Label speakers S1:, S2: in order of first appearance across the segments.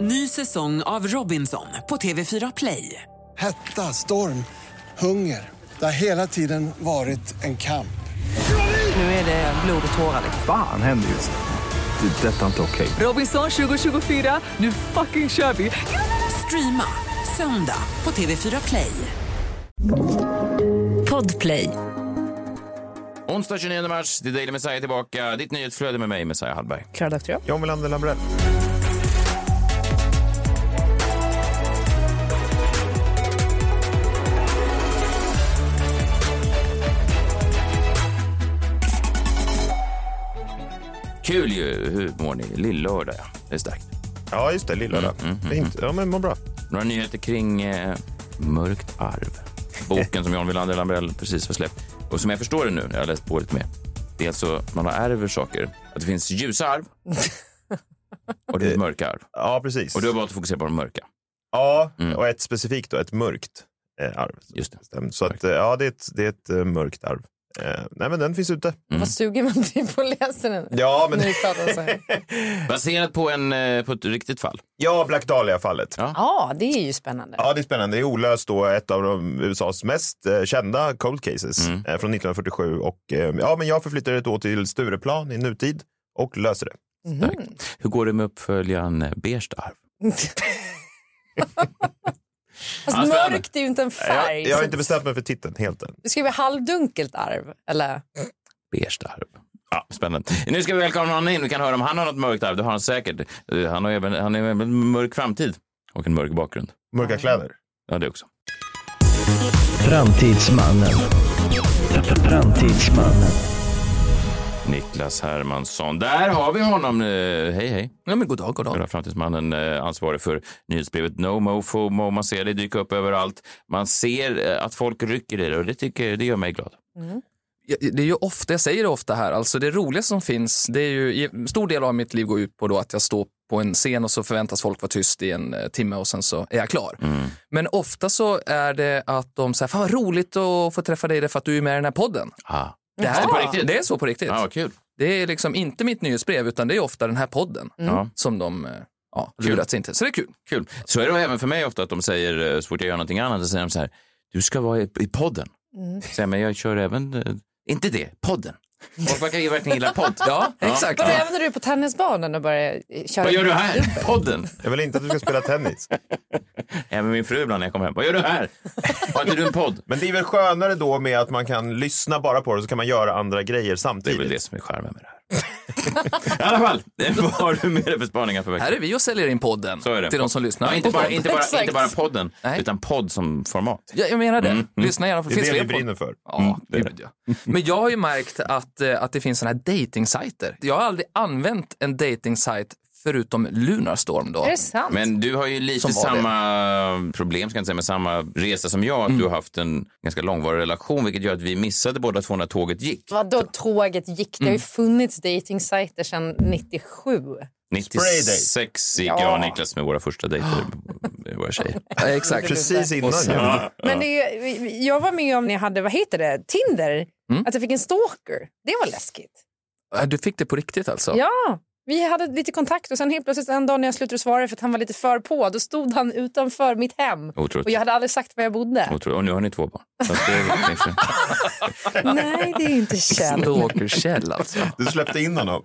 S1: Ny säsong av Robinson på TV4 Play.
S2: Hetta, storm, hunger. Det har hela tiden varit en kamp.
S1: Nu är det blod och tårar.
S3: Fan händer just nu. Det. är Detta är inte okej.
S1: Robinson 2024, nu fucking kör vi! Streama söndag på TV4 Play. Podplay.
S4: Onsdag 29 mars, det är Daily Messiah tillbaka. Ditt nyhetsflöde med mig, Messiah Hallberg.
S5: Klara Doktorow.
S6: John Melander Lambrell.
S4: Kul ju, hur mår ni? Lill-lördag, ja. Det är starkt.
S6: Ja, just det.
S4: Mm,
S6: Lilla där. Fint. Ja, men mår bra.
S4: Några nyheter kring eh, Mörkt arv. Boken som John Wilander Lambrell precis har släppt. Och som jag förstår det nu, när jag har läst på lite mer. Det är alltså att man har ärver saker. Att det finns ljusa arv och det finns mörka arv.
S6: Ja, precis.
S4: Och du har valt att fokusera på de mörka.
S6: Ja, och ett specifikt då, ett mörkt eh, arv.
S4: Just det.
S6: Stämt. Så att, eh, ja, det är ett, det är ett eh, mörkt arv. Eh, nej, men den finns ute.
S5: Vad suger man till på att läsa den?
S6: Ja, men...
S5: När vi pratar så här.
S4: Baserat på, en, eh, på ett riktigt fall.
S6: ja Black Dahlia-fallet.
S4: Ja.
S5: Ja, det är ju spännande.
S6: Ja, det är spännande. Det är olöst då, ett av de USAs mest eh, kända cold cases
S4: Mm.
S6: eh, från 1947. Och, eh, ja, men jag förflyttar det då till Stureplan i nutid och löser det.
S4: Hur går det med uppföljaren eh, Beige arv?
S5: Fast
S4: Ja, spännande.
S5: mörkt är ju inte en färg.
S6: Jag, jag har inte bestämt mig för titeln helt än.
S5: Du skriver halvdunkelt arv, eller?
S4: beige arv. Ja, spännande. Nu ska vi välkomna honom in. Vi kan höra om han har något mörkt arv. Det har han säkert. Eh, Han har även han har även en mörk framtid och en mörk bakgrund.
S6: Mörka kläder.
S4: Ja, det också.
S7: Framtidsmannen. Framtidsmannen.
S4: Niklas Hermansson. Där har vi honom. eh, Hej, hej. Ja, men god dag, god dag. framtidsmannen eh, ansvarig för nyhetsbrevet No Mo FOMO. Man ser det dyka upp överallt. Man ser eh, att folk rycker i det och det, tycker, det gör mig glad.
S8: Ja, det är ju ofta, jag säger det ofta här, alltså det roligaste som finns, det är ju, en stor del av mitt liv går ut på då att jag står på en scen och så förväntas folk vara tyst i en eh, timme och sen så är jag klar.
S4: Mm.
S8: Men ofta så är det att de säger, fan vad roligt att få träffa dig därför att du är med i den här podden.
S4: Ah.
S8: Det, här,
S4: Det är på riktigt? Ah,
S8: det är så på riktigt.
S4: Ja, vad kul.
S8: Det är liksom inte mitt nyhetsbrev utan det är ofta den här podden
S4: Ja.
S8: som de eh, ja,
S4: Mm. Kul.
S8: lurats in till. Så det är kul.
S4: Kul. Så är det även för mig ofta att de säger, eh, så fort jag gör någonting annat, så säger de så här, du ska vara i, i podden.
S8: Mm.
S4: Säger, men jag kör även, eh, inte det, podden. Folk verkar ju verkligen gilla podd.
S8: Ja, exakt.
S5: Vad använder du på tennisbanan och börjar eh, köra?
S4: Vad gör du här? Podden.
S6: Jag vill inte att du ska spela tennis.
S4: Även min fru ibland när jag kommer hem. Vad gör du här? Har inte du en podd?
S6: Men det är väl skönare då med att man kan lyssna bara på det så kan man göra andra grejer
S4: Det är
S6: samtidigt.
S4: väl det som är charmen med det här. I alla fall, vad har du med dig för spaningar för
S8: Här
S4: veckan?
S8: är vi och säljer in podden
S4: Så är det.
S8: till de som lyssnar.
S4: Ja, inte,
S8: på
S4: bara,
S8: podden.
S4: inte, bara,
S5: Exakt.
S4: inte bara podden,
S8: Nej.
S4: utan podd som format.
S8: Ja, jag menar det.
S4: Mm,
S8: Lyssna gärna, för
S6: Det är det
S8: fler
S6: vi
S8: poddar.
S6: brinner för. Mm.
S8: Ja, gud ja. Men jag har ju märkt att, eh, att det finns såna här dejtingsajter. Jag har aldrig använt en dejtingsajt förutom Lunarstorm då.
S5: Är det sant?
S4: Men du har ju lite
S8: Som var det.
S4: samma problem, ska jag inte säga, men samma resa som jag. Att
S8: Mm.
S4: Du har haft en ganska långvarig relation, vilket gör att vi missade båda två när tåget gick.
S5: Vadå tåget gick? Det har ju funnits datingsajter sedan 97.
S4: 96 gick jag och Niklas med våra första dejter med våra tjejer.
S8: Ja, Exakt.
S6: Precis innan.
S8: Och sen-
S6: ja.
S5: Men det, jag var med om när jag hade, vad heter det, Tinder. Att jag fick en stalker. Det var läskigt.
S8: Ja, Du fick det på riktigt alltså?
S5: Ja, vi hade lite kontakt och sen helt plötsligt en dag när jag slutade svara för att han var lite för på, då stod han utanför mitt hem.
S4: Otroligt.
S5: Och jag hade aldrig sagt var jag bodde.
S4: Otroligt. Och nu har ni två barn. Så att det kanske...
S5: Nej, det är inte känt.
S8: Stalker-Kjell alltså.
S6: Du släppte in honom.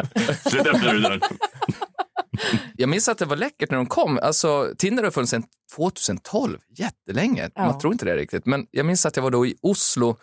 S4: Sluta öppna dörren.
S8: Jag minns att det var läckert när de kom. Alltså, Tinder har funnits sedan 2012, jättelänge.
S5: Ja.
S8: Man tror inte det riktigt. Men jag minns att jag var då i Oslo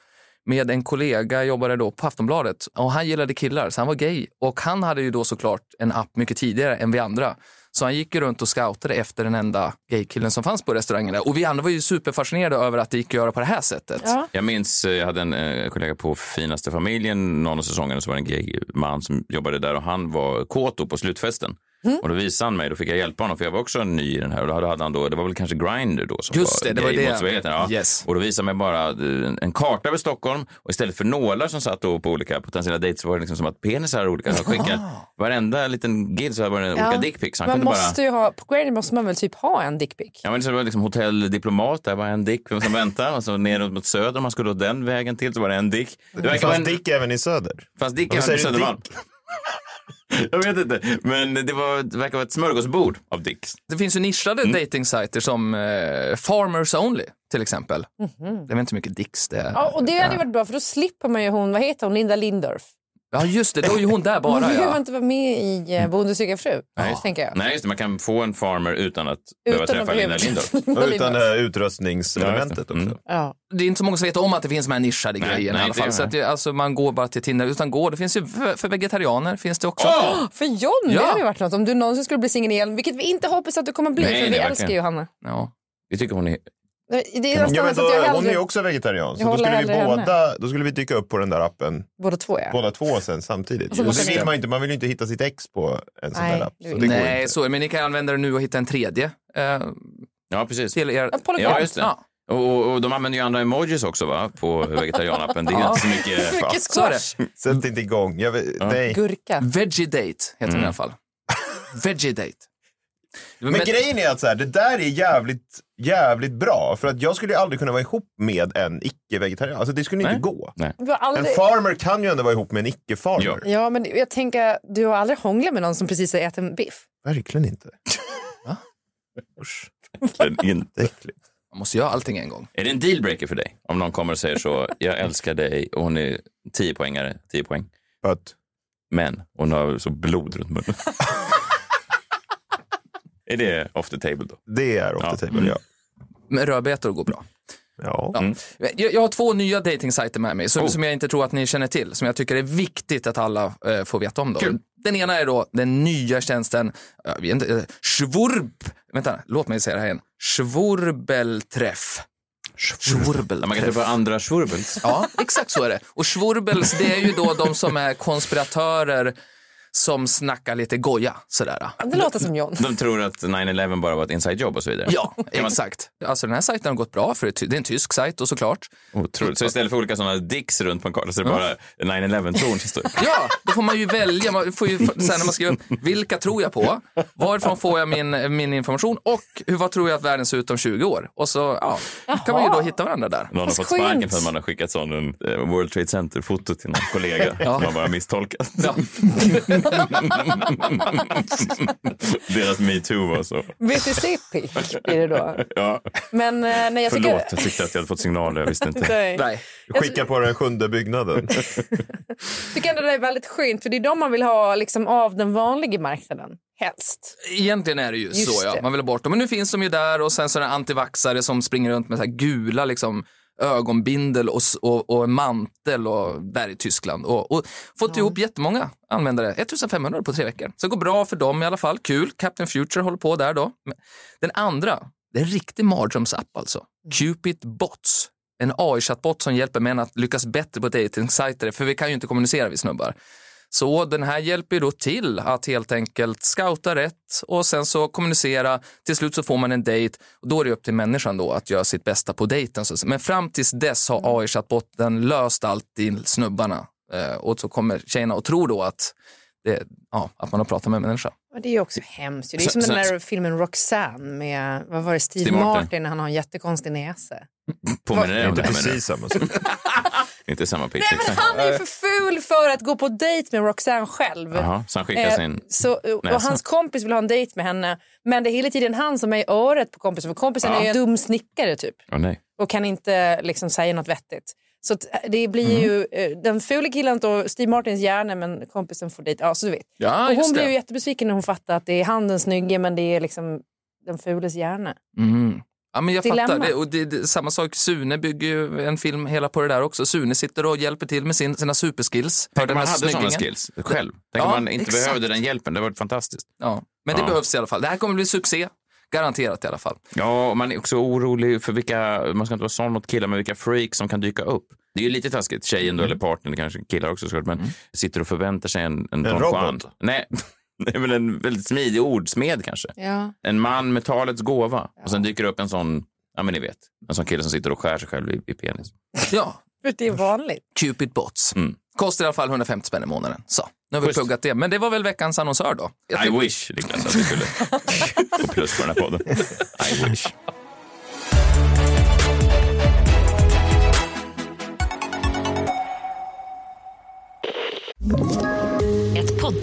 S8: med en kollega, jag jobbade då på Aftonbladet. Och han gillade killar, så han var gay. Och han hade ju då såklart en app mycket tidigare än vi andra. Så han gick ju runt och scoutade efter den enda gaykillen som fanns på restaurangen. där. Och vi andra var ju superfascinerade över att det gick att göra på det här sättet.
S5: Ja.
S4: Jag minns, eh, jag hade en eh, kollega på Finaste familjen någon av säsongerna så var det en gay man som jobbade där och han var kåt då på slutfesten.
S8: Mm.
S4: Och då visade han mig, då fick jag hjälpa honom för jag var också ny i den här och då hade han då, det var väl kanske Grindr då som
S8: Just det, det var
S4: gay
S8: det.
S4: motsvarigheten, Ja.
S8: Yes.
S4: Och då visade han mig bara eh, en karta över Stockholm och istället för nålar som satt då på olika potentiella dates var det liksom som att penisar hade olika. Han skickade varenda liten gig så var det olika dickpics. Han
S5: Man
S4: kunde bara...
S5: måste ju ha, på Grindr måste man väl typ ha en dickpic?
S4: Ja, men det var liksom hotell diplomat, där var en dick vem som väntade. Och så neråt mot söder, om man skulle då den vägen till, så var det en dick. Det
S6: Det
S4: verkar vara
S6: fanns
S4: en...
S6: dick även i söder.
S4: Fast dick är
S6: Varför
S4: på
S6: säger du
S4: Södermalm. Jag vet inte, men det, var, det verkar vara ett smörgåsbord av dicks.
S8: Det finns ju nischade datingsajter som eh, Farmers Only till exempel. Jag vet inte hur mycket dicks det är.
S5: Mhm. Ja, och det hade ju varit bra för då slipper man ju hon, vad heter hon, Linda Lindorff.
S8: Ja, just det. Då är ju hon där
S5: Hon
S8: bara.
S5: behöver
S8: Ja.
S5: inte vara med i eh, Bonde söker fru, tänker jag.
S4: Mm. Nej, just det, man kan få en farmer utan att behöva träffa Linda Lindorff.
S6: Och utan eh, det här utrustningselementet också.
S4: Mm.
S5: Ja.
S8: Det är inte så många som vet om att det finns de här nischade
S4: Nej,
S8: grejerna
S4: nej,
S8: i alla
S4: det
S8: fall.
S4: gör
S8: Så
S4: det.
S8: att det, alltså, man går bara till Tinder. Utan går, det finns ju för, för vegetarianer. Finns det också.
S4: Åh!
S5: För John, det
S8: Ja.
S5: hade ju varit något om du någonsin skulle bli singel igen, vilket vi inte hoppas att du kommer bli,
S4: Nej,
S5: för
S4: nej,
S5: vi
S4: verkligen.
S5: älskar ju Hanna.
S8: Ja.
S4: Vi tycker hon är...
S5: Det är
S6: Ja,
S5: nästan
S6: men
S5: så
S6: då,
S5: att jag
S6: hon är
S5: hellre,
S6: ju också vegetarian, så
S5: Jag
S6: då
S5: håller
S6: skulle, vi
S5: hellre
S6: båda, då skulle vi dyka upp på den där appen
S5: båda två ja.
S6: båda två sen samtidigt.
S5: Och så
S6: Och det
S5: måste
S6: vill
S5: ni-
S6: man, ju inte, man vill ju inte hitta sitt ex på en sån
S5: Nej,
S6: där app.
S5: det
S6: Så
S5: vill
S6: det går
S8: Nej,
S6: inte.
S8: så, men ni kan använda det nu och hitta en tredje eh,
S4: Ja, precis.
S8: till er.
S5: polygam.
S4: Ja, just det. Och, och, och de använder ju andra emojis också va? på vegetarianappen. Det är inte så mycket...
S5: Mycket
S8: Så är det.
S5: squash.
S6: Sätt inte igång. Jag vet, nej.
S5: Gurka.
S8: Veggie date heter
S4: Mm.
S8: den i alla fall. Veggie date.
S6: Men, grejen är att så här, det där är jävligt, jävligt bra. För att jag skulle ju aldrig kunna vara ihop med en icke-vegetarian. Alltså det skulle inte gå.
S4: Nej.
S5: Du har
S6: En
S5: aldrig...
S6: farmer kan ju ändå vara ihop med en icke-farmer.
S5: Ja, men jag tänker, du har aldrig hånglat med någon som precis har ätit en biff?
S6: Verkligen inte.
S4: Inte.
S6: Äckligt.
S8: Man måste göra allting en gång.
S4: Är det en dealbreaker för dig? Om någon kommer och säger så, jag älskar dig och hon är 10 poängare, 10 poäng.
S6: För att,
S4: Men hon har så blod runt munnen. är det off the table då?
S6: det är ofta
S4: Ja.
S6: table, ja.
S8: Men rödbetor går bra.
S6: ja.
S8: Ja. Mm. Jag, jag har två nya datingsajter med mig som, som jag inte tror att ni känner till, som jag tycker är viktigt att alla eh, får veta om. Då.
S4: Kul.
S8: Den ena är då den nya tjänsten jag vet inte, eh, Schwurb. Vänta, låt mig säga det här igen. Schwurbelträff.
S4: Ja, Man kan
S8: Schwurbelträff.
S4: träffa andra schwurbels.
S8: Ja, exakt så är det. Och schwurbels, det är ju då de som är konspiratörer som snackar lite goja sådär.
S5: Det låter som John.
S4: De tror att 9-11 bara var ett inside job och så vidare.
S8: Ja, exakt. Alltså den här sajten har gått bra, för det är ty- det är en tysk sajt och såklart.
S4: Otroligt. Så istället för olika sådana dicks runt på en karta så är det bara 9-11-tron som står upp.
S8: Ja, då får man ju välja. Man får ju, sen när man skriver upp, vilka tror jag på? Varifrån får jag min, min information? Och hur, vad tror jag att världen ser ut om 20 år? Och så ja, kan man ju då hitta varandra där.
S4: Någon har
S5: Vad
S4: fått sparken
S5: skönt.
S4: för att man har skickat sån en eh, World Trade Center-foto till någon kollega som man bara misstolkat.
S8: Ja.
S4: Deras metoo var så.
S5: VTC-pick blir det då.
S4: Ja.
S5: Men eh, nej, jag
S4: Förlåt,
S5: tycker...
S4: jag tyckte att jag hade fått signaler. Jag visste inte.
S5: Nej.
S8: Nej.
S6: Skicka på den sjunde byggnaden.
S5: tycker ändå det är väldigt skönt, för det är de man vill ha liksom, av den vanliga marknaden. Helst.
S8: Egentligen är det ju
S5: Just
S8: så, ja.
S5: det.
S8: man vill ha bort dem. Men nu finns de ju där och sen så är det antivaxare som springer runt med så här gula liksom, ögonbindel och, s- och, och mantel och där i Tyskland. Och, och fått ihop jättemånga användare, 1500 på tre veckor. Så det går bra för dem i alla fall, kul. Captain Future håller på där då. Men Den andra, det är en riktig mardrömsapp alltså.
S5: Mm.
S8: Cupid Bots. En AI-chattbot som hjälper män att lyckas bättre på dejtingsajter, för vi kan ju inte kommunicera vi snubbar. Så den här hjälper ju då till att helt enkelt scouta rätt och sen så kommunicera. Till slut så får man en dejt och då är det upp till människan då att göra sitt bästa på dejten. så att säga. Men fram tills dess har
S4: Mm.
S8: AI-chattbotten löst allt i snubbarna Eh, och så kommer tjejerna och tror då att, det, ja, att man har pratat med en människa.
S5: Men det är ju också hemskt. Det är ju
S4: Så-
S5: som den
S4: så-
S5: där filmen Roxanne med vad var det, Steve,
S4: Steve Martin.
S5: Martin. när han har en jättekonstig näsa.
S4: Påminner
S6: Det
S4: det
S6: är
S4: om det
S6: inte
S4: här? menar du?
S6: precis samma sak.
S4: Inte samma pitch.
S5: Nej, men
S4: exakt.
S5: han är ju för ful för att gå på dejt med Roxanne själv.
S4: Jaha, så han skickar
S5: Eh,
S4: sin...
S5: så, och
S4: näsa.
S5: hans kompis vill ha en dejt med henne men det är hela tiden han som är i örat på kompisen för kompisen är ju en dum snickare typ
S4: Åh nej.
S5: och kan inte liksom säga något vettigt. Så att, eh, det blir ju eh, den fula killen då, Steve Martins hjärna men kompisen får dejt. Ja, så du vet.
S8: Ja,
S5: och hon
S8: just
S5: blir ju
S8: det.
S5: jättebesviken när hon fattar att det är han den snygge men det är liksom den fules hjärna.
S8: Mm. Ja, men jag
S5: Dilemma.
S8: fattar. Det, och det, det, samma sak, Sune bygger ju en film hela på det där också. Sune sitter och hjälper till med sin, sina superskills. Hör
S4: Tänk
S8: den
S4: om man
S8: här
S4: hade sådana
S8: snyggingen.
S4: skills själv. Tänk om
S8: Ja,
S4: man inte
S8: exakt.
S4: behövde den hjälpen. Det hade varit fantastiskt.
S8: Ja, men det
S4: Ja.
S8: behövs i alla fall. Det här kommer bli succé. Garanterat i alla fall.
S4: Ja, och man är också orolig för vilka, man ska inte vara sån mot killar, men vilka freaks som kan dyka upp. Det är ju lite taskigt, tjejen då, eller partnern, kanske killar också såklart, men sitter och förväntar sig en... En, Don
S6: robot?
S4: Juan. Nej, nej, men en väldigt smidig ordsmed kanske.
S5: Ja.
S4: En man med talets gåva. Och sen dyker det upp en sån, ja men ni vet, en sån kille som sitter och skär sig själv i, i penis.
S8: Ja,
S5: För det är vanligt.
S8: Cupid Bots. Kostar i alla fall 150 spänn i månaden. Så, nu har vi
S4: Mm. Schysst.
S8: pluggat det. Men det var väl veckans annonsör då? Jag
S4: I
S8: tycker-
S4: wish, Niklas, att vi skulle få plus på den här podden. I wish.
S7: Ett poddtips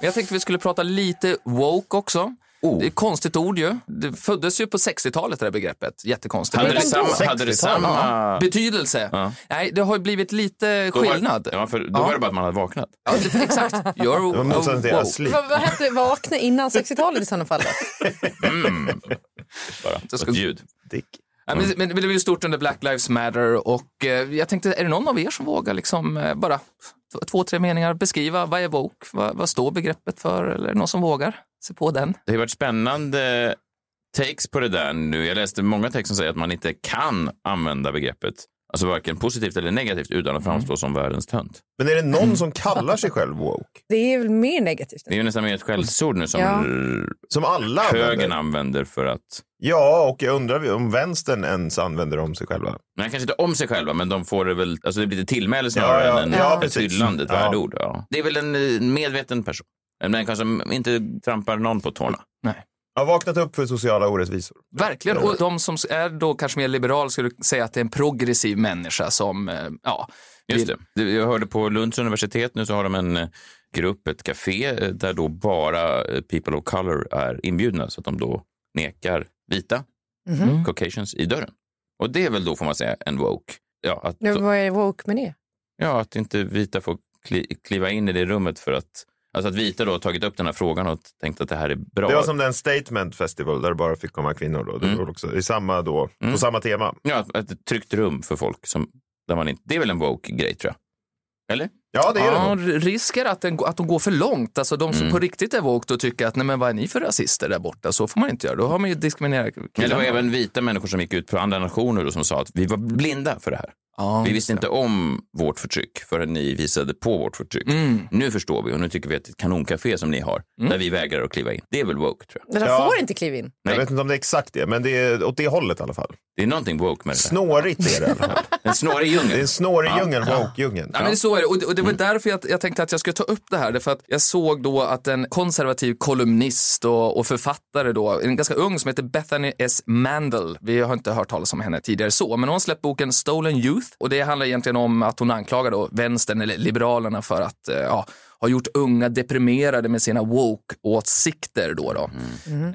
S8: Jag tänkte vi skulle prata lite woke också.
S4: Oh.
S8: Det är ett konstigt ord ju. Det föddes ju på 60-talet det här begreppet. Jättekonstigt.
S4: Hade det
S5: Redan
S4: samma...
S5: då?
S4: Hade det samma...
S8: Betydelse. Nej, det har ju blivit lite
S4: Då var-
S8: skillnad.
S4: Ja, för då var det bara att man hade vaknat.
S8: Ja, det- exakt. You're
S6: Det var motsatsen till
S8: woke.
S6: asleep.
S5: Vad, vad hette Vakna innan 60-talet i sådana fall? då?
S4: Bara.
S8: Jag ska-
S4: Ett ljud.
S6: Dick.
S8: Ja, men, men det blev ju stort under Black Lives Matter och eh, jag tänkte, är det någon av er som vågar liksom eh, bara t- två, tre meningar beskriva vad är woke? Vad, vad står begreppet för? Eller är det någon som vågar se på den?
S4: Det har ju varit spännande takes på det där nu. Jag läste många texter som säger att man inte kan använda begreppet, alltså varken positivt eller negativt, utan
S6: Mm.
S4: att framstå som världens tönt.
S6: Men är det någon som kallar sig själv woke?
S5: Det är väl mer negativt?
S4: Det är ju nästan mer ett skällsord nu som
S5: Ja.
S4: r-
S6: Som alla
S4: högern
S6: använder?
S4: använder för att,
S6: Ja, och jag undrar om vänstern ens använder om sig själva.
S4: nej kanske inte om sig själva, men de får det väl, alltså det blir lite tillmäle snarare
S6: Ja, ja.
S4: än
S6: Ja,
S4: ett
S6: precis.
S4: hyllande, ett
S6: Ja.
S4: värdeord. Ja. Det är väl en eh, medveten person, en människa som inte trampar någon på tårna.
S6: Jag har vaknat upp för sociala orättvisor.
S8: Verkligen. Och de som är då kanske mer liberal skulle säga att det är en progressiv människa som, eh, ja,
S4: Just det. Det- Jag hörde på Lunds universitet nu så har de en eh, grupp, ett café eh, där då bara eh, people of color är inbjudna så att de då nekar vita caucasians i dörren. Och det är väl då får man säga en woke. Ja, att,
S5: Nu, vad är woke med det?
S4: ja, att inte vita får kli, kliva in i det rummet för att Alltså att vita då har tagit upp den här frågan och tänkt att det här är bra.
S6: Det var som den statement festival där det bara fick komma kvinnor. Då. Det var också, i samma då, På samma tema.
S4: Ja, att- att ett tryggt rum för folk. Som, där man inte, det är väl en woke-grej tror jag. Eller?
S6: Ja, det är det
S8: ja,
S6: nog.
S8: risker att, den, att de går för långt. Alltså de som
S4: Mm.
S8: på riktigt är woke och tycker att nej men vad är ni för rasister där borta? Så får man inte göra. Då har man ju diskriminerat
S4: Men det var
S8: killarna.
S4: även vita människor som gick ut på andra nationer och som sa att vi var blinda för det här.
S8: Ja,
S4: Vi
S8: just
S4: visste
S8: det.
S4: inte om vårt förtryck förrän ni visade på vårt förtryck.
S6: Mm.
S4: Nu förstår vi och nu tycker vi att det är ett kanoncafé som ni har, där vi vägrar att kliva in. Det är väl woke, tror jag.
S5: Men de
S6: Ja.
S5: får inte kliva in.
S6: Jag
S4: Nej.
S6: vet inte om det är exakt det, men det är åt det hållet i alla fall.
S4: Det är någonting woke med det där.
S6: Snårigt är det i alla fall.
S4: En snårig
S6: Det är
S4: djungel.
S6: en snårig djungel, woke-djungeln.
S8: Ja, men det- så är det. Och det, och det var därför jag, jag tänkte att jag skulle ta upp det här. Därför att jag såg då att en konservativ kolumnist och, och författare då, en ganska ung som heter Bethany S. Mandel. Vi har inte hört talas om henne tidigare så, men hon släppt boken Stolen Youth och det handlar egentligen om att hon anklagar då vänstern eller liberalerna för att eh, ja, ha gjort unga deprimerade med sina woke-åsikter. Då, då.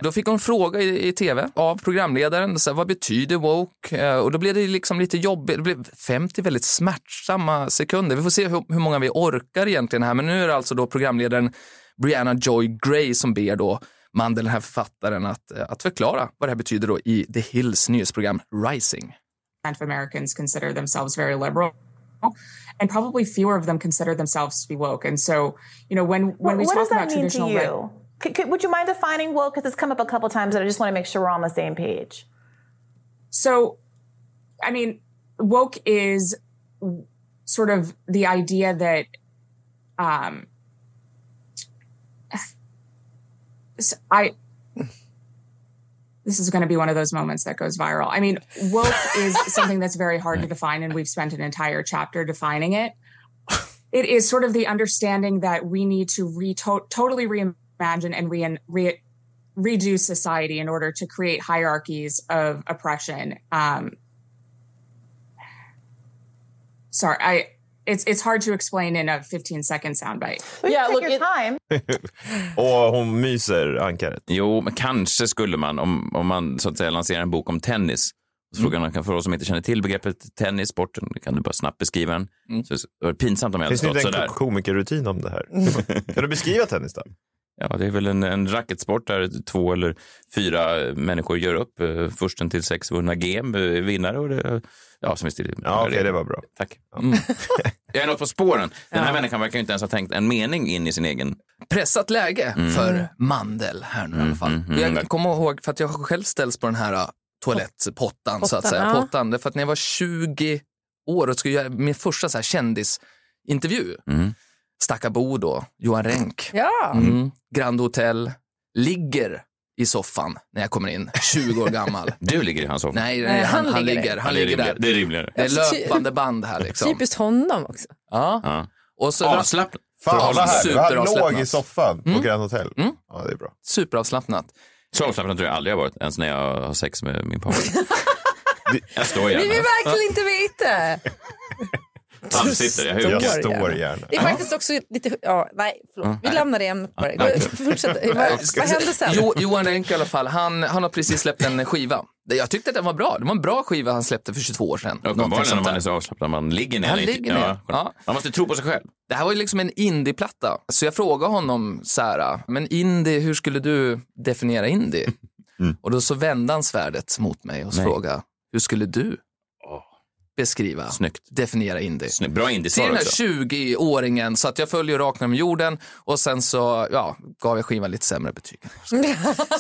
S8: då fick hon fråga i, i tv av programledaren, så här, vad betyder woke? Eh, och då blev det liksom lite jobbigt, det blev 50 väldigt smärtsamma sekunder. Vi får se hur, hur många vi orkar egentligen här, men nu är det alltså då programledaren Brianna Joy Gray som ber då Mandel, den här författaren, att, eh, att förklara vad det här betyder då i The Hills nyhetsprogram Rising.
S9: of Americans consider themselves very liberal, and probably fewer of them consider themselves to be woke. And so, you know, when when we talk about traditional right-
S10: would you mind defining woke? Because it's come up a couple times and I just want to make sure we're on the same page.
S9: so i mean woke is w- sort of the idea that um s- i this is going to be one of those moments that goes viral i mean woke is something that's very hard to define and we've spent an entire chapter defining it it is sort of the understanding that we need to re to- totally reimagine and re- re- redo society in order to create hierarchies of oppression. Um, sorry, I it's it's hard to explain in a 15 second soundbite.
S10: yeah, look, your time.
S6: Och hon myser ankaret.
S4: Jo, men kanske skulle man, om, om man så att säga lanserar en bok om tennis, så
S6: Mm.
S4: frågar man kan för oss som inte känner till begreppet tennis, sporten, kan du bara snabbt beskriva den? Så, det var pinsamt om jag hade
S6: Mm. Finns det
S4: stått
S6: inte en
S4: sådär.
S6: ko- komikerrutin om det här? kan du beskriva tennis då?
S4: Ja, det är väl en, en racketsport där två eller fyra människor gör upp. Eh, Försten till sex vunna game eh, är vinnare. Och det, ja, som är still,
S6: Ja, okej, det var Mm. bra.
S4: Tack. Jag är något på spåren. Den här människan verkar ju inte ens ha tänkt en mening in i sin egen...
S8: pressat läge för Mandel här nu i alla fall. Jag kommer ihåg, för att jag har själv ställs på den här ä, toalettpottan äh, så att
S5: Pottan,
S8: säga,
S5: ja.
S8: pottan, därför att när jag var 20 år och skulle göra min första så här kändisintervju. Mm. Bo då, Johan Renck.
S5: Ja.
S8: Mm. Grand Hotel. Ligger i soffan när jag kommer in, 20 år gammal.
S4: Du ligger i hans soffa?
S8: Nej, nej, han, han ligger,
S4: där.
S8: han
S4: Ja, det är
S8: ligger där.
S4: rimligare. Det är rimligare.
S8: Det är löpande band här liksom.
S5: Typiskt honom också.
S8: Ja. Och så
S4: Avslappnat.
S6: Fan vad här, han
S8: Superavslappnat.
S6: låg i soffan på
S8: Mm.
S6: Grand Hotel. Ja, det är bra.
S8: Superavslappnat.
S4: Så avslappnad tror jag aldrig jag har varit, ens när jag har sex med min partner. jag står
S5: Vi vill
S4: gärna.
S5: verkligen inte veta.
S4: Han sitter, jag hukar.
S6: Jag står gärna.
S5: Det är faktiskt också lite... Ja, nej, förlåt. Vi lämnar det ämnet bara. Gå- Fortsätt. Vad, vad hände sen?
S8: Jo, Johan Renck i alla fall, han, han har precis släppt en skiva. Jag tyckte att den var bra. Det var en bra skiva han släppte för 22 år sedan. Någonting
S4: Uppenbarligen
S8: sånt
S4: om
S8: där.
S4: man är så avslappnad. Man ligger ner.
S8: Han
S4: lite.
S8: ligger ner.
S4: Ja,
S8: Ja.
S4: Man måste tro på sig själv.
S8: Det här var ju liksom en indieplatta. Så jag frågade honom så här, men indie, hur skulle du definiera indie? Och då så vände han svärdet mot mig och
S4: Mm. Nej.
S8: frågade, hur skulle du beskriva,
S4: Snyggt.
S8: definiera indie?
S4: Snyggt. Bra
S8: Till
S4: indiesvar
S8: den här
S4: också.
S8: 20-åringen, så att jag följer rakt ner med jorden och sen så ja, gav jag skivan lite sämre betyg.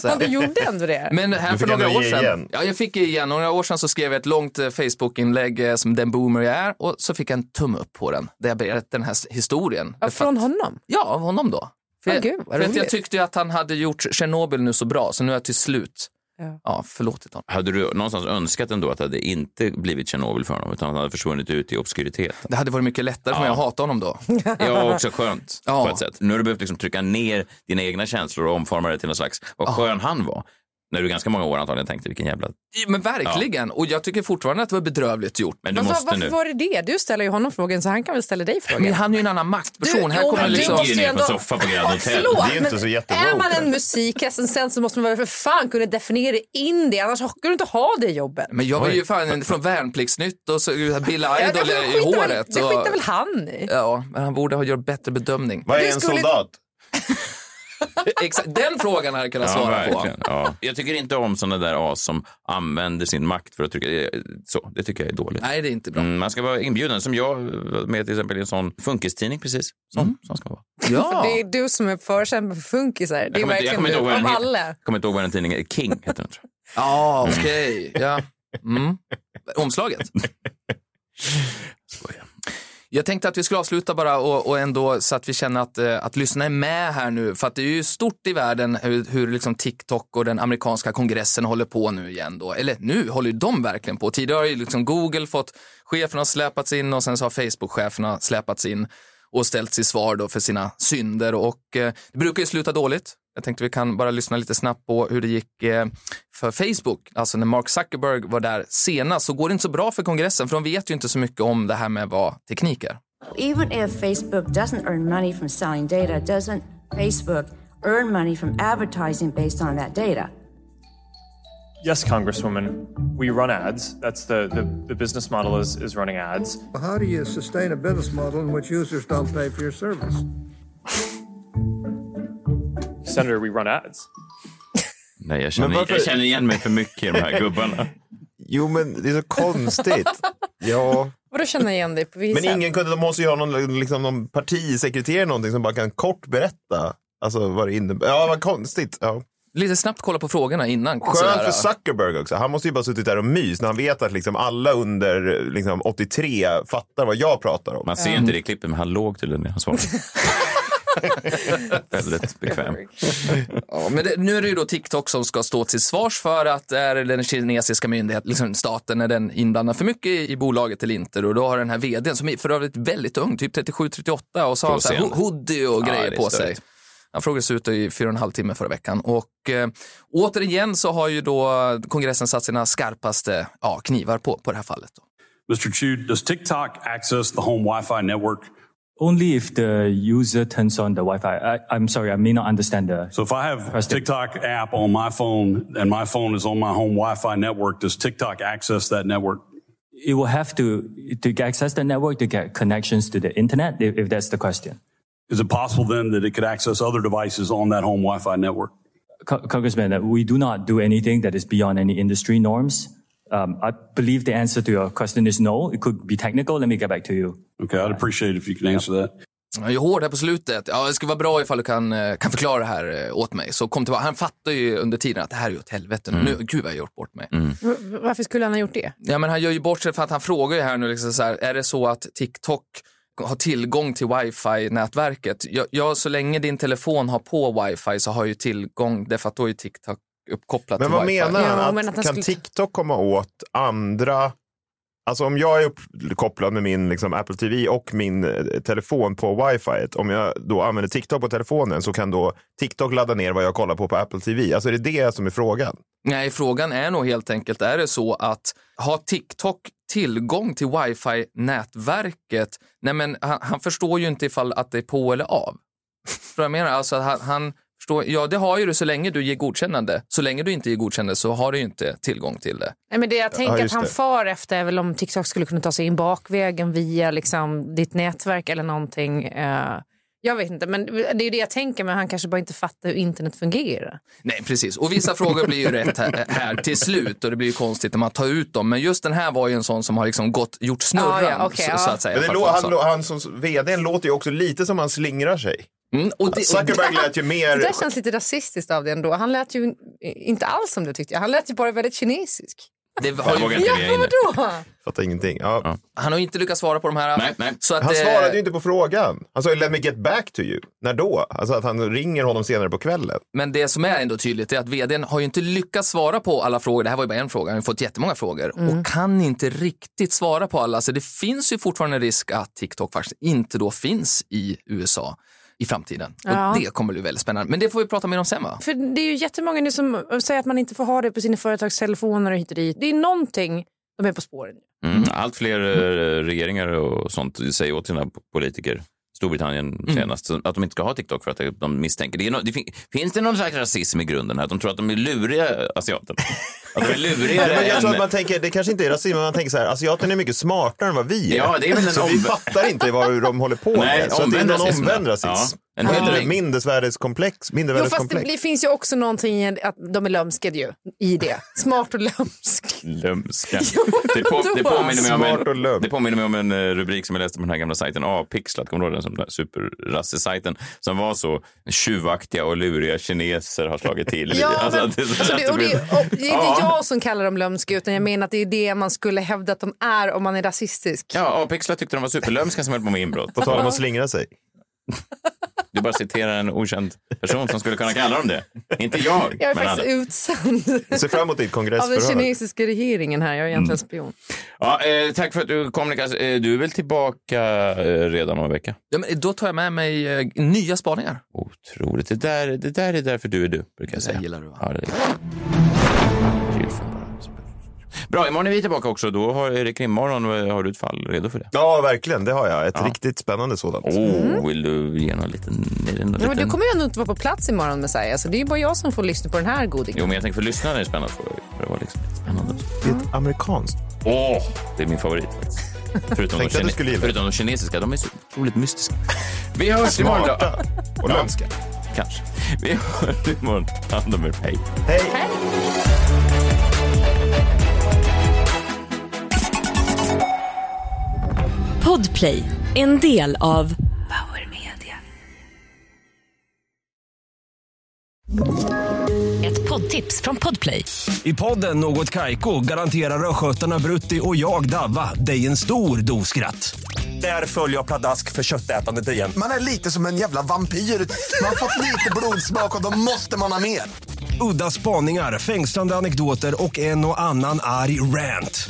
S8: Så.
S5: du gjorde ändå det.
S8: Men här
S6: Du
S8: för
S6: fick
S8: några
S6: ändå
S8: år
S6: ge
S8: sedan,
S6: igen.
S8: Ja, jag fick ge igen. Några år sedan så skrev jag ett långt eh, Facebook-inlägg eh, som den boomer jag är och så fick jag en tumme upp på den där jag berättade den här s- historien.
S5: Ja, från honom?
S8: Ja, av honom då. För,
S5: Åh,
S8: jag,
S5: gud, vad
S8: för att jag
S5: roligt.
S8: tyckte ju att han hade gjort Tjernobyl nu så bra så nu har jag till slut
S5: Ja.
S8: ja, förlåtit honom.
S4: Hade du någonstans önskat ändå att det hade inte blivit Tjernobyl för honom utan han hade försvunnit ut i obskuriten?
S8: Det hade varit mycket lättare för mig att hata honom då.
S4: Ja, också skönt
S8: Ja.
S4: på ett sätt. Nu har du behövt liksom trycka ner dina egna känslor och omforma det till någon slags, vad skön han var. När du ganska många år antagligen tänkte vilken jävla...
S8: Men verkligen. Och jag tycker fortfarande att det var bedrövligt gjort.
S4: Men du
S5: Varför,
S4: måste
S5: varför
S4: nu.
S5: var det det? Du ställer ju honom frågan så han kan väl ställa dig frågan.
S8: Men han är ju en annan maktperson.
S5: Du-
S8: här
S5: jo,
S8: kommer
S5: men du
S8: liksom...
S5: måste
S4: Ligger ju ner på en
S5: ändå-
S4: soffa på Grand Hotel.
S5: Förlåt,
S6: Det är ju inte
S5: men
S6: så jättewoke.
S5: är man en musikrecensent så måste man väl för fan kunna definiera in det, annars kan du inte ha det jobbet.
S8: Men jag var ju fan en- från Värnpliktsnytt och så Bill
S5: Ja,
S8: Idol
S5: det
S8: i
S5: skiter väl-
S8: håret.
S5: Det
S8: och-
S5: skiter väl han i?
S8: Ja, men han borde ha gjort bättre bedömning.
S6: Vad
S5: Du
S6: är en
S5: skulle-
S6: soldat?
S8: Exakt, den frågan hade jag kunnat svara på.
S4: verkligen. Ja. Jag tycker inte om såna där as som använder sin makt för att trycka... eh, Så, det tycker jag är dåligt.
S8: Nej, det är inte bra.
S4: Mm, man ska vara inbjuden, som jag var med till exempel i en sån funkistidning precis. Sån, sån ska man vara.
S8: Ja.
S5: Det är du som är förkämpe för funkisar. Det är
S4: kommer inte- jag
S5: verkligen
S4: kommer inte ihåg
S5: du,
S4: vad den
S5: av
S4: heter.
S5: alla.
S4: Jag kommer inte ihåg vad den tidningen är. King heter den, tror jag.
S8: Ja, okej. Ja. Mm. Omslaget. Jag tänkte att vi skulle avsluta bara och, och ändå så att vi känner att, eh, att lyssna är med här nu. För att det är ju stort i världen hur, hur liksom TikTok och den amerikanska kongressen håller på nu igen då. Eller nu håller ju de verkligen på. Tidigare har ju liksom Google fått, cheferna har släpats in och sen så har Facebook-cheferna släpats in och ställt sig svar då för sina synder. Och eh, det brukar ju sluta dåligt. Jag tänkte vi kan bara lyssna lite snabbt på hur det gick eh, för Facebook. Alltså när Mark Zuckerberg var där senast så går det inte så bra för kongressen för de vet ju inte så mycket om det här med vad teknik är.
S7: Even if Facebook doesn't earn money from selling data, doesn't Facebook earn money from advertising based on that data?
S11: Yes, Congresswoman, we run ads. That's the, the, the business model is, is running ads.
S12: How do you sustain a business model in which users don't pay for your service?
S11: Senator, we run ads.
S4: Nej, jag känner,
S6: Men varför-
S4: jag känner igen mig för mycket i de här gubbarna.
S6: Jo, men det är så konstigt. ja.
S5: Vadå känna igen dig på vilket
S6: Men
S5: sätt?
S6: ingen kunde, de måste ju ha någon, liksom, någon partisekreterare någonting som bara kan kort berätta alltså, vad det innebär. Ja, vad konstigt. Ja.
S8: Lite snabbt kolla på frågorna innan.
S6: Skönt
S8: sådär. eh.
S6: för Zuckerberg också. Han måste ju bara suttit där och mys när han vet att liksom alla under liksom, 83 fattar vad jag pratar om.
S4: Man ser ju inte det i klippet, men han låg till den när han svarade. Väldigt bekväm.
S8: Ja, men det, nu är det ju då TikTok som ska stå till svars för att är den kinesiska myndigheten, liksom staten, är den inblandad för mycket i, i bolaget eller inte? Och då har den här vdn, som är för övrigt väldigt ung, typ 37-38, och så har han så här
S4: Provocerande.
S8: ho- hoodie och
S4: Ja,
S8: grejer
S4: det är
S8: på sig.
S4: störigt.
S8: Han frågades ut i fyra och en halv timme förra veckan. Och eh, återigen så har ju då kongressen satt sina skarpaste ja, knivar på, på det här fallet. Då.
S13: Mr. Chu, does TikTok access the home Wi-Fi network?
S14: Only if the user turns on the Wi-Fi. I, I'm sorry, I may not understand the.
S13: So if I have a TikTok app on my phone and my phone is on my home Wi-Fi network, does TikTok access that network?
S14: It will have to to get access the network to get connections to the internet. If, if that's the question,
S13: Is it possible then that it could access other devices on that home Wi-Fi network?
S14: Co- Congressman, uh, we do not do anything that is beyond any industry norms. Um, I believe the answer to your question is no. It could be technical. Let me get back to you.
S13: Okay, I'd appreciate it if you could answer that.
S8: Han är ju hård här på slutet. Ja, det skulle vara bra ifall du kan, eh, kan förklara det här eh, åt mig. Så kom tillbaka. Han fattar ju under tiden att det här är ju åt helvete. nu.
S4: Mm.
S8: Nu, gud vad jag har gjort bort mig.
S5: V- v- Varför skulle han ha gjort det?
S8: Ja, men han gör ju bort sig för att han frågar ju här nu, liksom så här, är det så att TikTok har tillgång till wifi-nätverket? Ja, ja, så länge din telefon har på wifi så har ju tillgång, därför att då är ju TikTok uppkopplat
S6: Men
S8: till
S6: vad
S8: wifi.
S6: menar han?
S5: Ja,
S6: Att,
S5: men att han skulle-
S6: kan TikTok komma åt andra... Alltså om jag är uppkopplad med min liksom, Apple TV och min eh, telefon på wifi, om jag då använder TikTok på telefonen så kan då TikTok ladda ner vad jag kollar på på Apple TV. Alltså är det det som är frågan?
S8: Nej, frågan är nog helt enkelt, är det så att har TikTok tillgång till wifi-nätverket? Nej, men han, han förstår ju inte ifall att det är på eller av. Förstår du vad jag menar? Alltså, att han, han förstår, ja, det har ju du så länge du ger godkännande. Så länge du inte ger godkännande så har du ju inte tillgång till det.
S5: Nej, men det jag tänker
S8: Ja,
S5: att
S8: just
S5: han
S8: det.
S5: far efter är väl om TikTok skulle kunna ta sig in bakvägen via liksom, ditt nätverk eller någonting. Eh, jag vet inte, men det är ju det jag tänker, men han kanske bara inte fattar hur internet fungerar.
S8: Nej, precis. Och vissa frågor blir ju rätt här, här till slut och det blir ju konstigt när man tar ut dem. Men just den här var ju en sån som har liksom gått, gjort snurran.
S6: Ah, Ja, ja, okej,
S8: så,
S6: ja.
S8: så att säga.
S6: Men det
S8: för
S6: lå-
S8: att
S6: han
S8: vara
S6: lå-
S8: så.
S6: han som vd låter ju också lite som han slingrar sig.
S8: "Mm, och det-
S6: Zuckerberg lät ju
S5: Det
S6: mer...
S5: där känns lite rasistiskt av det ändå. Han lät ju inte alls som det tyckte jag. Han lät ju bara väldigt kinesisk.
S8: Det har
S6: Jag
S8: ju-
S6: vågar
S5: Ja, vadå?
S6: Fattar ingenting. Ja.
S8: Han har ju inte lyckats svara på de här. Så att,
S6: han
S8: eh,
S6: svarade ju inte på frågan. Han sa ju let me get back to you. När då? Alltså att han ringer honom senare på kvällen.
S8: Men det som är ändå tydligt är att vdn har ju inte lyckats svara på alla frågor. Det här var ju bara en fråga, han har ju fått jättemånga frågor.
S6: Mm.
S8: Och kan inte riktigt svara på alla. Så det finns ju fortfarande en risk att TikTok faktiskt inte då finns i USA i framtiden.
S5: Ja.
S8: Och det kommer bli väldigt spännande. Men det får vi prata mer om sen va?
S5: För det är ju jättemånga nu som eh, säger att man inte får ha det på sina företagstelefoner och hit och dit. Det är någonting de är på spåren.
S4: Mm. Allt fler eh, regeringar och sånt säger åt sina politiker, Storbritannien
S6: Mm.
S4: senast, att de inte ska ha TikTok för att de misstänker. Det är no- det fin- finns det någon slags rasism i grunden här? Att de tror att de är luriga asiater? Att de är lurigare
S6: Nej, men jag tror
S4: än...
S6: att man tänker, det kanske inte är rasism, men man tänker så här, asiaterna är mycket smartare än vad vi är.
S4: Ja, det är väl en
S6: så vi
S4: omvä-
S6: fattar inte vad hur de håller på
S4: Nej,
S6: med. Så att det är
S4: omvänd
S6: någon
S4: rasism,
S6: omvänd
S4: ja.
S6: rasism.
S4: Ja, en
S6: Ja.
S4: hyllning.
S6: Mindervärdeskomplex.
S5: Jo, fast det
S6: mindervärdeskomplex.
S5: blir, finns ju också någonting i att de är lömskade ju, i det. Smart och lömsk.
S4: Lömska.
S5: Jo,
S4: Det, på, det,
S5: vadå?
S4: påminner mig om
S5: Smart
S4: en, det påminner mig om en eh, rubrik som jag läste på den här gamla sajten Avpixlat, kommer du ihåg den? som den här Superrasse-sajten som var så tjuvaktiga och luriga kineser har slagit till.
S5: Ja,
S4: Alltså,
S5: men,
S4: att det-
S5: alltså, det, och det, och det är inte jag som kallar dem lömska utan jag menar att det är det man skulle hävda att de är om man är rasistisk.
S4: Ja, Avpixlat tyckte de var superlömska som höll på med inbrott.
S6: På tal om att slingra sig.
S4: Du bara citerar en okänd person som skulle kunna kalla dem det. Inte jag.
S5: Jag är
S4: men alltså-
S5: faktiskt
S4: alla.
S5: utsänd
S6: Jag ser fram emot ditt
S5: av den
S6: kongressförhör.
S5: kinesiska regeringen här. Jag är egentligen
S4: Mm.
S5: spion.
S4: Ja, eh, tack för att du kom, Niklas. Eh, du är väl tillbaka eh, redan om en vecka?
S8: Ja, men då tar jag med mig eh, nya spaningar.
S4: Otroligt. Det där, det där är därför du är du, brukar jag säga. Det gillar du, va? Ja, det Bra, imorgon är vi tillbaka också. Då har, är det krimmorgon. eh, Har du ett fall redo för det?
S6: Ja, verkligen. Det har jag. Ett riktigt spännande sådant.
S4: Oh, vill du ge någon liten... Är det någon
S5: Ja,
S4: liten...
S5: men du kommer ju ändå inte vara på plats imorgon Messiah, så det är ju bara jag som får lyssna på den här godingen.
S4: Jo, men jag tänker för lyssnarna är det spännande. För, för det var liksom lite spännande.
S6: Det är ett amerikanskt.
S4: Åh, det är min favorit. Förutom, de,
S6: Tänkte att du
S4: kine-
S6: skulle gilla.
S4: förutom de kinesiska. De är så otroligt mystiska. Vi hörs imorgon då.
S6: Smarta och
S4: Ja,
S6: lömska.
S4: Kanske. Vi hörs imorgon. Ta hand om er. Hej.
S6: Hej!
S15: Podplay, en del av
S16: Ett poddtips från Podplay.
S17: I podden Något Kaiko garanterar östgötarna Brutti och jag, Davva, dig en stor dos skratt. Där följer jag pladask för köttätandet igen.
S18: Man är lite som en jävla vampyr. Man har fått lite blodsmak och då måste man ha mer.
S17: Udda spaningar, fängslande anekdoter och en och annan arg rant.